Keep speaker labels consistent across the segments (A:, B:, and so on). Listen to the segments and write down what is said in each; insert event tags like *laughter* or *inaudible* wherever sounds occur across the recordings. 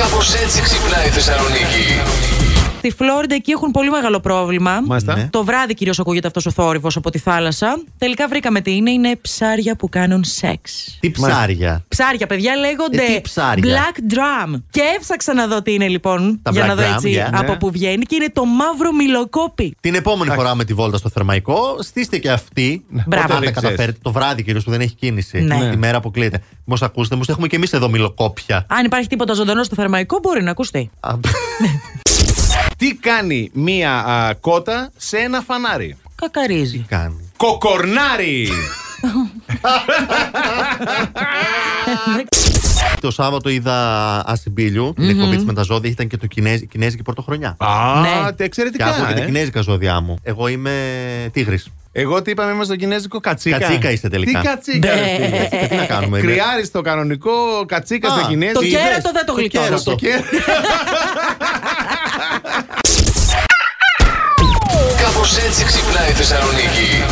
A: Κάπως έτσι ξυπνάει η Θεσσαλονίκη.
B: Στη Φλόριντα εκεί έχουν πολύ μεγάλο πρόβλημα.
C: Μάλιστα. Ναι.
B: Το βράδυ κυρίως ακούγεται αυτός ο θόρυβος από τη θάλασσα. Τελικά βρήκαμε τι είναι. Είναι ψάρια που κάνουν σεξ.
C: Τι ψάρια.
B: Ψάρια, παιδιά, λέγονται
C: Ε, τι ψάρια?
B: Black Drum. Και έψαξα να δω τι είναι λοιπόν.
C: Τα
B: για
C: Black
B: να δω
C: Drum,
B: έτσι
C: yeah, ναι.
B: από πού βγαίνει. Και είναι το μαύρο μιλοκόπι.
C: Την επόμενη φορά με τη βόλτα στο θερμαϊκό, στήστε και αυτή.
D: Ναι.
B: Μπράβο.
C: Όταν τα
B: Δεν
C: καταφέρετε. Το βράδυ κυρίως που δεν έχει κίνηση.
B: Ναι.
C: Τη μέρα που κλείεται. Μήπως ακούσετε, μου έχουμε και εμείς εδώ μιλοκόπια.
B: Αν υπάρχει τίποτα ζωντανό στο θερμαϊκό, μπορεί να ακουστεί.
C: Α,
D: Τι κάνει μία α, κότα σε ένα φανάρι.
B: Κακαρίζει.
C: Κάνει.
D: Κοκορνάρι!
C: Το Σάββατο είδα Ασυμπίλιου, την εκπομπή της με τα ζώδια, ήταν και το Κινέζ- Κινέζικη Πρωτοχρονιά.
D: Α,
B: Ναι.
D: τε-
C: Και
D: εξαιρετικά.
C: άκουγα και τα
D: ε.
C: κινέζικα ζώδιά μου. Εγώ είμαι τίγρης.
D: Εγώ τι είπαμε, είμαστε στο κινέζικο κατσίκα.
C: Κατσίκα είστε τελικά.
D: Τι κατσίκα.
B: Ναι.
D: ρε φίλε.
C: Τι να κάνουμε. είναι-
D: Κρυάρι στο κανονικό, κατσίκα
C: Α,
D: στο κινέζικο.
B: Το
C: είδες?
B: κέρατο δεν το γλυκιάζω.
C: κέρατο.
D: Και-
A: Κάπως έτσι ξυπνάει η Θεσσαλονίκη.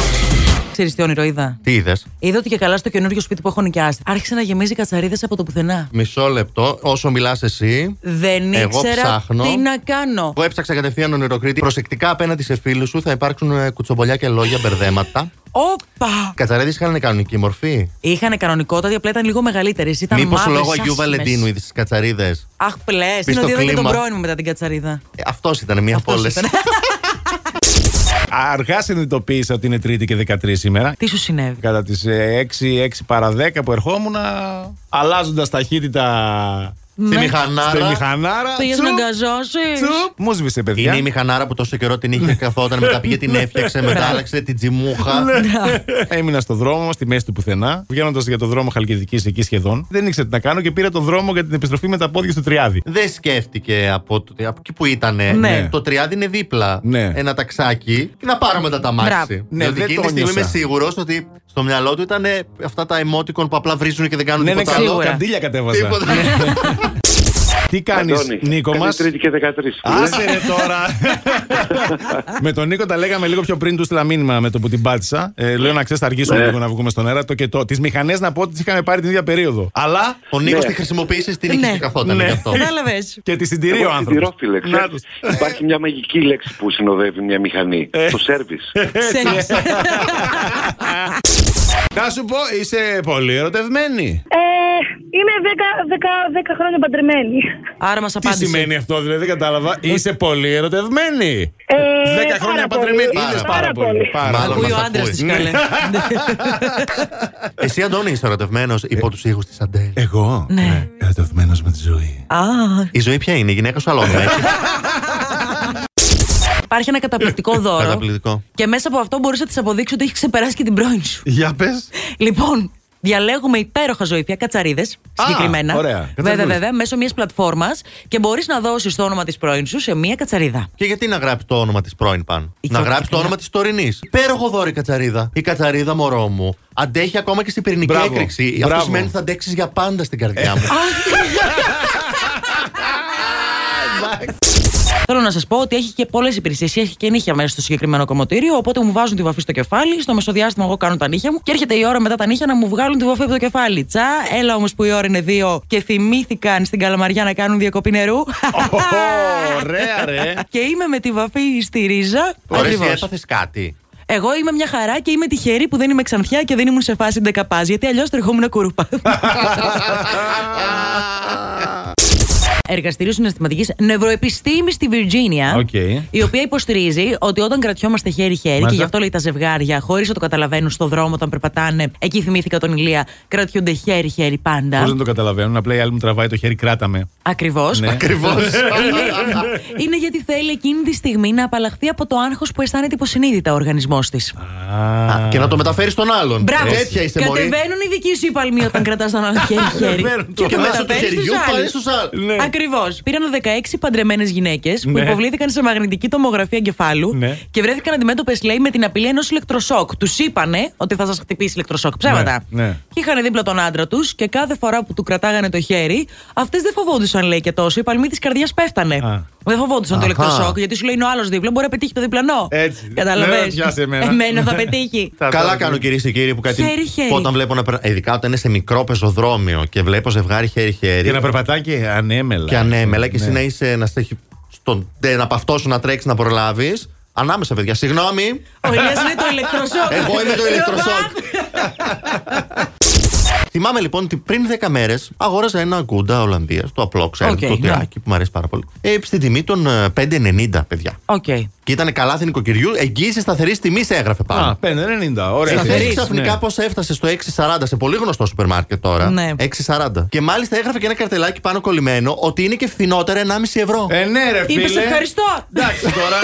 B: Ξέρεις τι όνειρο είδα.
C: Τι είδες.
B: Είδα ότι και καλά στο καινούριο σπίτι που έχω νοικιάσει. Άρχισε να γεμίζει κατσαρίδες από το πουθενά.
C: Μισό λεπτό, όσο μιλάς εσύ.
B: Δεν
C: Εγώ
B: ήξερα
C: ψάχνω.
B: τι να κάνω.
C: Εγώ έψαξα κατευθείαν ονειροκρίτη. Προσεκτικά απέναντι σε φίλους σου θα υπάρξουν ε, κουτσομπολιά και λόγια μπερδέματα.
B: Όπα!
C: Κατσαρέδε είχαν κανονική μορφή.
B: Είχαν κανονικότατη, απλά ήταν λίγο μεγαλύτερες. Ήταν
C: Μήπως
B: μαύρες,
C: λόγω Αγίου
B: άσημες.
C: Βαλεντίνου είδες τις κατσαρίδες.
B: Αχ, πλες. Στην
C: στο
B: ότι είδα και τον
C: κλίμα.
B: πρώην μου μετά την κατσαρίδα.
C: Αυτό Ε, ήταν μία από
B: Αυτός
C: όλες.
B: ήταν.
D: Αργά συνειδητοποίησα ότι είναι Τρίτη και 13 σήμερα.
B: Τι σου συνέβη.
D: Κατά ε, τι 6-6 παρα 10 που ερχόμουν, αλλάζοντας ταχύτητα
B: Ναι.
C: Στη
D: στη
C: μηχανάρα.
D: μηχανάρα.
B: Πήγες να
D: τσουπ,
B: αγκαζώσεις.
D: τσουπ, Μου σβήσε, παιδιά.
C: Είναι η μηχανάρα που τόσο καιρό την είχε καθόταν, μετά πήγε την έφτιαξε,
B: Ναι.
C: μετά άλλαξε την τζιμούχα.
D: Ναι.
E: Ναι.
D: *laughs* Έμεινα στο δρόμο, στη μέση του πουθενά, βγαίνοντας για το δρόμο Χαλκιδικής εκεί σχεδόν. Δεν ήξερα τι να κάνω και πήρα το δρόμο για την επιστροφή με τα πόδια στο τριάδι.
C: Δεν σκέφτηκε από, το- από εκεί που ήταν.
B: Ναι.
C: Το τριάδι είναι δίπλα.
D: Ναι.
C: Ένα ταξάκι. Και να πάρω μετά τα μάξι.
B: Μπράβο.
D: Ναι,
C: δηλαδή
D: δεν
C: εκείνη
D: το
C: τη στιγμή
D: νιώσα.
C: είμαι σίγουρος ότι στο μυαλό του ήταν αυτά τα emoticon που απλά βρίζουν και δεν κάνουν
D: Ναι, ναι,
C: τίποτα
B: καλό.
D: καλό.
B: Σίγουρα.
D: Καντήλια κατέβαζα.
C: Τίποτα.
B: Ναι.
D: Τι κάνεις, Νίκο μας.
E: Τρίτη και 13.
D: Άσε ρε τώρα. *laughs* με τον Νίκο τα λέγαμε λίγο πιο πριν, του στείλα μήνυμα με το που την πάτησα. Ε, λέω να ξέρεις, θα αργήσουμε
E: Ναι.
D: λίγο να βγούμε στον αέρα. Το και το. Τις μηχανές να πω ότι τις είχαμε πάρει την ίδια περίοδο. Αλλά
C: Ο Νίκος
E: Ναι.
C: τη χρησιμοποίησε στην είχε
B: Ναι.
C: και καθόταν
D: Ναι.
C: γι' αυτό.
B: Κατάλαβες.
D: και τη συντηρεί ο
E: Εγώ
D: άνθρωπος.
E: συντηρόφιλε, ξέρεις. ε. Υπάρχει μια μαγική λέξη που συνοδεύει μια μηχανή.
D: Ε.
E: Το σερβις.
D: Να σου πω, είσαι πολύ ερωτευμένη.
F: Ε, είμαι 10, 10, 10 χρόνια παντρεμένη.
B: Άρα μας
D: Τι
B: απάντησε.
D: σημαίνει αυτό, δηλαδή δεν κατάλαβα. Είσαι πολύ ερωτευμένη.
F: Ε,
D: Δέκα χρόνια
F: πάρα πολύ.
D: παντρεμένη.
C: Πάρα
D: Είδες
C: πάρα
D: πάρα πολύ. Πάρα
C: Μάλλον
D: πολύ.
B: Ακούει ο
C: μας
B: άντρα
C: ακούει.
B: της
D: Ναι.
B: καλέ.
C: Εσύ, Αντώνη, είσαι ερωτευμένος υπό τους ήχους της Αντέλ.
D: Εγώ
B: Ναι.
D: ναι, ερωτευμένος με τη ζωή.
B: Α,
C: Η ζωή ποια είναι, η γυναίκα σου άλλο όνομα έχει.
B: υπάρχει ένα καταπληκτικό δώρο.
C: Καταπληκτικό.
B: Και μέσα από αυτό μπορείς να τη αποδείξεις ότι έχει ξεπεράσει και την πρώην σου.
D: Για πες.
B: Λοιπόν, διαλέγουμε υπέροχα ζωήφια, κατσαρίδες συγκεκριμένα.
D: ωραία.
B: Βέβαια,
D: Κατσαρίδες.
B: βέβαια, μέσω μιας πλατφόρμας και μπορείς να δώσεις το όνομα της πρώην σου σε μια κατσαρίδα.
C: Και γιατί να γράψει το όνομα της πρώην πάνω.
B: Η
C: Να
B: Κατσαρίδα.
C: γράψει το όνομα της τωρινής. Υπέροχο δώρο η κατσαρίδα. Η κατσαρίδα, μωρό μου. Αντέχει ακόμα και στην πυρηνική
D: Μπράβο.
C: έκρηξη. Αυτό
D: Μπράβο.
C: σημαίνει ότι θα αντέξεις για πάντα στην καρδιά
B: Ε,
C: μου.
B: Θέλω να σας πω ότι έχει και πολλές υπηρεσίες. Έχει και νύχια μέσα στο συγκεκριμένο κομμωτήριο. Οπότε μου βάζουν τη βαφή στο κεφάλι. Στο μεσοδιάστημα, εγώ κάνω τα νύχια μου. Και έρχεται η ώρα μετά τα νύχια να μου βγάλουν τη βαφή από το κεφάλι. Τσα, έλα όμως που η ώρα είναι δύο και θυμήθηκαν στην Καλαμαριά να κάνουν διακοπή νερού.
D: Ωραία, ρε.
B: και είμαι με τη βαφή στη ρίζα.
C: Ωραία, εσύ
B: Ακριβώς.
C: έπαθες κάτι.
B: Εγώ είμαι μια χαρά και είμαι τυχερή που δεν είμαι ξανθιά και δεν ήμουν σε φάση ντεκαπάζ, γιατί αλλιώς τρεχόμουν κουρούπα. Εργαστήριο Συναισθηματικής Νευροεπιστήμης στη Βιρτζίνια.
D: Οκ.
B: Η οποία υποστηρίζει ότι όταν κρατιόμαστε χέρι-χέρι, και
D: Μάλιστα.
B: γι' αυτό λέει τα ζευγάρια, χωρίς να το καταλαβαίνουν στον δρόμο όταν περπατάνε, εκεί θυμήθηκα τον Ηλία, κρατιούνται χέρι-χέρι πάντα.
D: Πώς δεν το καταλαβαίνουν, απλά η άλλη μου τραβάει το χέρι, κράταμε.
B: Ακριβώς.
D: Ναι.
C: Ακριβώς.
B: Είναι, είναι γιατί θέλει εκείνη τη στιγμή να απαλλαχθεί από το άγχος που αισθάνεται υποσυνείδητα ο οργανισμός της.
C: Και να το μεταφέρει στον άλλον.
B: Μπράβο.
C: Τέτοια είσαι μωρή.
B: Κατεβαίνουν οι δικοί σου οι παλμοί όταν κρατάς τον άλλο χέρι-χέρι.
D: Κατεβαίνουν
B: και
D: το
B: το
D: μέσο
C: Μέσω του
B: μεταφέρει
C: χεριού
B: στου
C: πάλι
B: άλλου.
C: στους άλλους.
D: Ναι.
B: Ακριβώς. Πήραν 16 παντρεμένες γυναίκες που
D: Ναι.
B: υποβλήθηκαν σε μαγνητική τομογραφία εγκεφάλου
D: Ναι.
B: και βρέθηκαν αντιμέτωπες, λέει, με την απειλή ενός ηλεκτροσόκ. Τους είπανε ότι θα σας χτυπήσει ηλεκτροσόκ. Ψέματα.
D: Ναι, ναι.
B: Και είχαν δίπλα τον άντρα τους και κάθε φορά που του κρατάγανε το χέρι, αυτές δεν φοβόντουσαν, λέει και τόσο. Οι παλμοί της καρδιάς πέφτανε.
D: Α.
B: Δεν φοβόντουσαν το
C: Αχα.
B: ηλεκτροσόκ γιατί σου λέει είναι ο άλλος δίπλα. Μπορεί να πετύχει το διπλανό.
D: Έτσι.
B: Καταλαβες.
D: Ναι, πιάσε εμένα.
B: *laughs* Εμένα θα πετύχει.
D: Τα-
C: Καλά
D: τα-
C: κάνω κυρίες και κύριοι που κάτι.
B: Χέρι-χέρι.
C: Όταν βλέπω να περνά. Ειδικά όταν είναι σε μικρό πεζοδρόμιο και βλέπω ζευγάρι χέρι-χέρι.
D: Για να περπατάει και ανέμελα.
C: Και ανέμελα και εσύ
D: Ναι.
C: να είσαι να στέχει. Στον, τε- να παυτώσουν, να τρέξεις, να προλάβεις. Ανάμεσα, παιδιά. Συγγνώμη.
B: Ο Ηλίας είναι το ηλεκτροσόκ.
C: Εγώ είμαι
B: *laughs*
C: το ηλεκτροσόκ. *laughs* Θυμάμαι λοιπόν ότι πριν 10 μέρε αγόρασα ένα γκούντα Ολλανδία, το απλό ξέρω,
B: Οκ,
C: το
B: ναι.
C: τυράκι που μου αρέσει πάρα πολύ. Ε, στην τιμή των ε, 5,90 παιδιά.
B: Οκ.
C: Και ήταν καλάθι νοικοκυριού, εγγύηση σταθερή τιμή έγραφε πάνω.
D: Α, 5,90. Ωραία.
C: Σταθερή
B: Σταθερής,
C: ξαφνικά
D: Ναι.
C: πώς έφτασε στο 6,40 σε πολύ γνωστό σούπερ μάρκετ τώρα.
B: Ναι.
C: 6,40. Και μάλιστα έγραφε και ένα καρτελάκι πάνω κολλημένο ότι είναι και φθηνότερα 1,5 ευρώ.
D: Ε, ναι, ρε φίλε.
B: Είπε ευχαριστώ.
D: Εντάξει τώρα.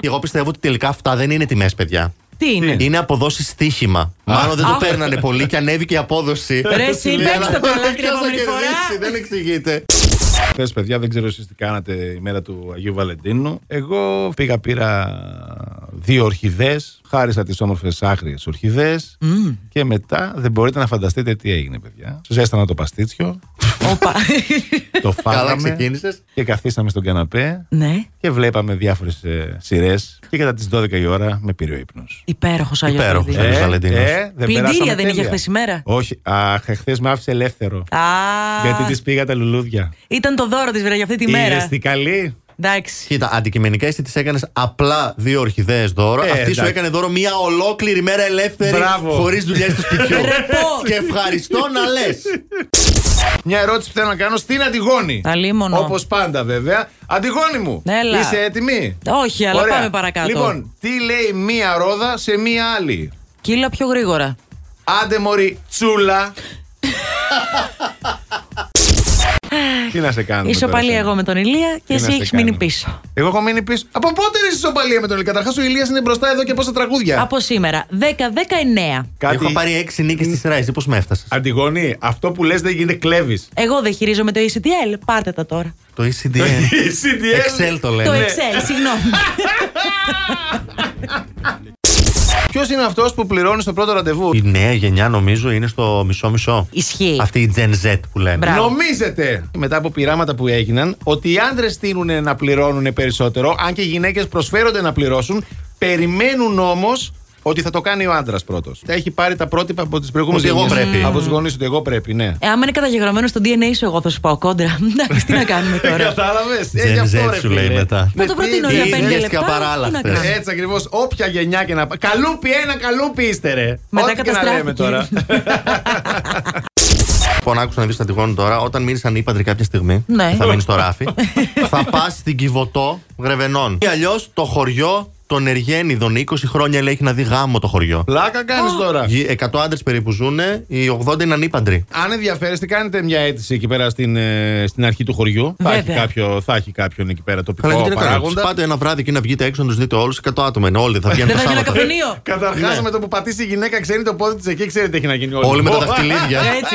C: Εγώ πιστεύω ότι τελικά αυτά δεν είναι τιμές, παιδιά.
B: Τι είναι.
C: Είναι αποδόσεις στοίχημα. Μάλλον δεν το
B: Ε. Α.
C: παίρνανε πολύ και ανέβηκε η απόδοση.
B: Ρε, εσύ,
C: Για
B: παίξτε
C: να-
B: το καλά, την
C: ποιος θα
B: επόμενη φορά.
C: κερδίσει, Δεν εξηγείται.
D: Χθε, παιδιά, δεν ξέρω εσείς τι κάνατε η μέρα του Αγίου Βαλεντίνου. Εγώ πήγα, πήρα δύο ορχιδές. Χάρισα τις όμορφες άγριες ορχιδές. Και μετά δεν μπορείτε να φανταστείτε τι έγινε, παιδιά. Ζέστανα το παστίτσιο.
B: Όπα. *laughs*
D: Το
C: Καλά
D: φάγαμε.
C: ξεκίνησες.
D: και καθίσαμε στον καναπέ.
B: Ναι.
D: Και βλέπαμε ε, διάφορε σειρές. Και κατά τις 12 η ώρα με πήρε ο ύπνος.
B: Υπέροχος Άγιο
C: Υπέροχος,
B: Βαλεντίνος.
C: Τέλος Βαλεντίνος.
B: Ε, Πλυντήρια
D: περάσαμε
B: δεν είχε
D: τέλεια.
B: χθες η μέρα?
D: Όχι. Αχ, χθε με άφησε ελεύθερο.
B: Α,
D: Ε. Γιατί της πήγα τα λουλούδια.
B: ήταν το δώρο της, βρε, για αυτή τη μέρα.
D: Είδες τι καλή.
B: Εντάξει.
C: Κοίτα, αντικειμενικά εσύ τη έκανες απλά δύο ορχιδέες δώρο.
D: Ε,
C: Αυτή σου
D: εντάξει.
C: έκανε δώρο μία ολόκληρη μέρα ελεύθερη.
D: Μπράβο.
C: Χωρίς δουλειά στο σπιτιό.
B: Ρε, πω.
C: και ευχαριστώ να λες.
D: Μια ερώτηση που θέλω να κάνω στην Αντιγόνη.
B: Αλίμονο.
D: Όπως πάντα βέβαια. Αντιγόνη μου,
B: Έλα.
D: είσαι έτοιμη.
B: Όχι, αλλά πάμε παρακάτω.
D: Λοιπόν, τι λέει μία ρόδα σε μία άλλη.
B: Κύλα πιο γρήγορα.
D: Άντε μωρή
B: *laughs*
D: τσούλα. τι να σε κάνω.
B: Ισοπαλία εγώ με τον Ηλία και
D: Τι να
B: εσύ
D: σε
B: έχεις μείνει
D: κάνω.
B: πίσω.
D: Εγώ έχω μείνει πίσω. Από πότε είναι ισοπαλία με τον Ηλία. Καταρχάς ο Ηλίας είναι μπροστά εδώ και πόσα τραγούδια.
B: Από σήμερα 10-19.
C: Έχω πάρει έξι νίκες στη σειρά. Εσύ πώς με έφτασες.
D: Αντιγόνη, αυτό που λες δεν γίνεται κλέβεις.
B: Εγώ δεν χειρίζομαι το E ECDL. Πάρτε τα τώρα.
C: Το E
B: Ναι.
D: *laughs*
C: ECDN. Excel το
B: Το E
C: λένε.
B: Excel, συγγνώμη.
D: Ποιος είναι αυτός που πληρώνει στο πρώτο ραντεβού.
C: Η νέα γενιά νομίζω είναι στο μισό-μισό.
B: Ισχύει.
C: Αυτή η Gen Z που λέμε.
B: Ε. Μπράβο.
D: Νομίζετε μετά από πειράματα που έγιναν ότι οι άντρες τείνουν να πληρώνουν περισσότερο, αν και οι γυναίκες προσφέρονται να πληρώσουν, περιμένουν όμως ότι θα το κάνει ο άντρας πρώτος. Τα έχει πάρει τα πρότυπα από τις προηγούμενες
C: Ότι εγώ πρέπει.
D: Από τους γονείς ότι εγώ πρέπει, ναι.
B: Ε, άμα είναι καταγεγραμμένο στο DNA σου, εγώ θα σου πάω κόντρα. *laughs* Εντάξει, τι να
D: Ε,
B: κάνουμε
C: Ε,
B: τώρα.
D: Κατάλαβες.
C: Gen Z σου λέει μετά.
B: Θα το
D: Ε,
B: προτείνω
C: τι
B: για
C: ίδιες
B: 5
C: και
B: λεπτά. Τι να
C: απαράλλαχτες.
B: κάνω.
D: Έτσι ακριβώς. Όποια γενιά και να πάει. Καλούπι ένα, καλούπι είστε ρε.
B: Μετά
D: Ό,τι και να λέμε
B: *laughs*
D: τώρα.
B: καταστράφηκε.
C: Λοιπόν, άκουσα να δεις τα τυχόν τώρα. Όταν μείνει ανήπαντρη κάποια στιγμή,
B: Ναι.
C: θα μείνεις στο
B: *laughs*
C: ράφι. θα πας στην Κιβωτό Γρεβενών. Ή αλλιώς το χωριό των Εργένιδων. 20 χρόνια λέει έχει να δει γάμο το χωριό.
D: Πλάκα κάνεις τώρα.
C: Γη- 100 άντρες περίπου ζουν, οι 80 είναι ανήπαντροι.
D: Αν ενδιαφέρεστε, κάνετε μια αίτηση εκεί πέρα στην, ε, στην αρχή του χωριού. Θα
B: Βέβαια.
D: έχει, κάποιο, θα έχει κάποιον εκεί πέρα τοπικό
C: Καλά, γιατί να κάνω.
D: παράγοντα.
C: Πάτε ένα βράδυ και να βγείτε έξω να τους δείτε όλους 100 άτομα. Είναι όλοι, θα βγαίνουν
B: Δεν
C: το
B: θα γίνει ένα
C: Σάββατο.
B: καφενείο.
D: Καταρχάς,
C: Ναι.
D: με το που πατήσει η γυναίκα, ξέρει το πόδι της εκεί, ξέρει τι έχει να γίνει. όλο.
C: Όλοι με τα
D: Ω,
C: δαχτυλίδια.
B: *laughs* Έτσι.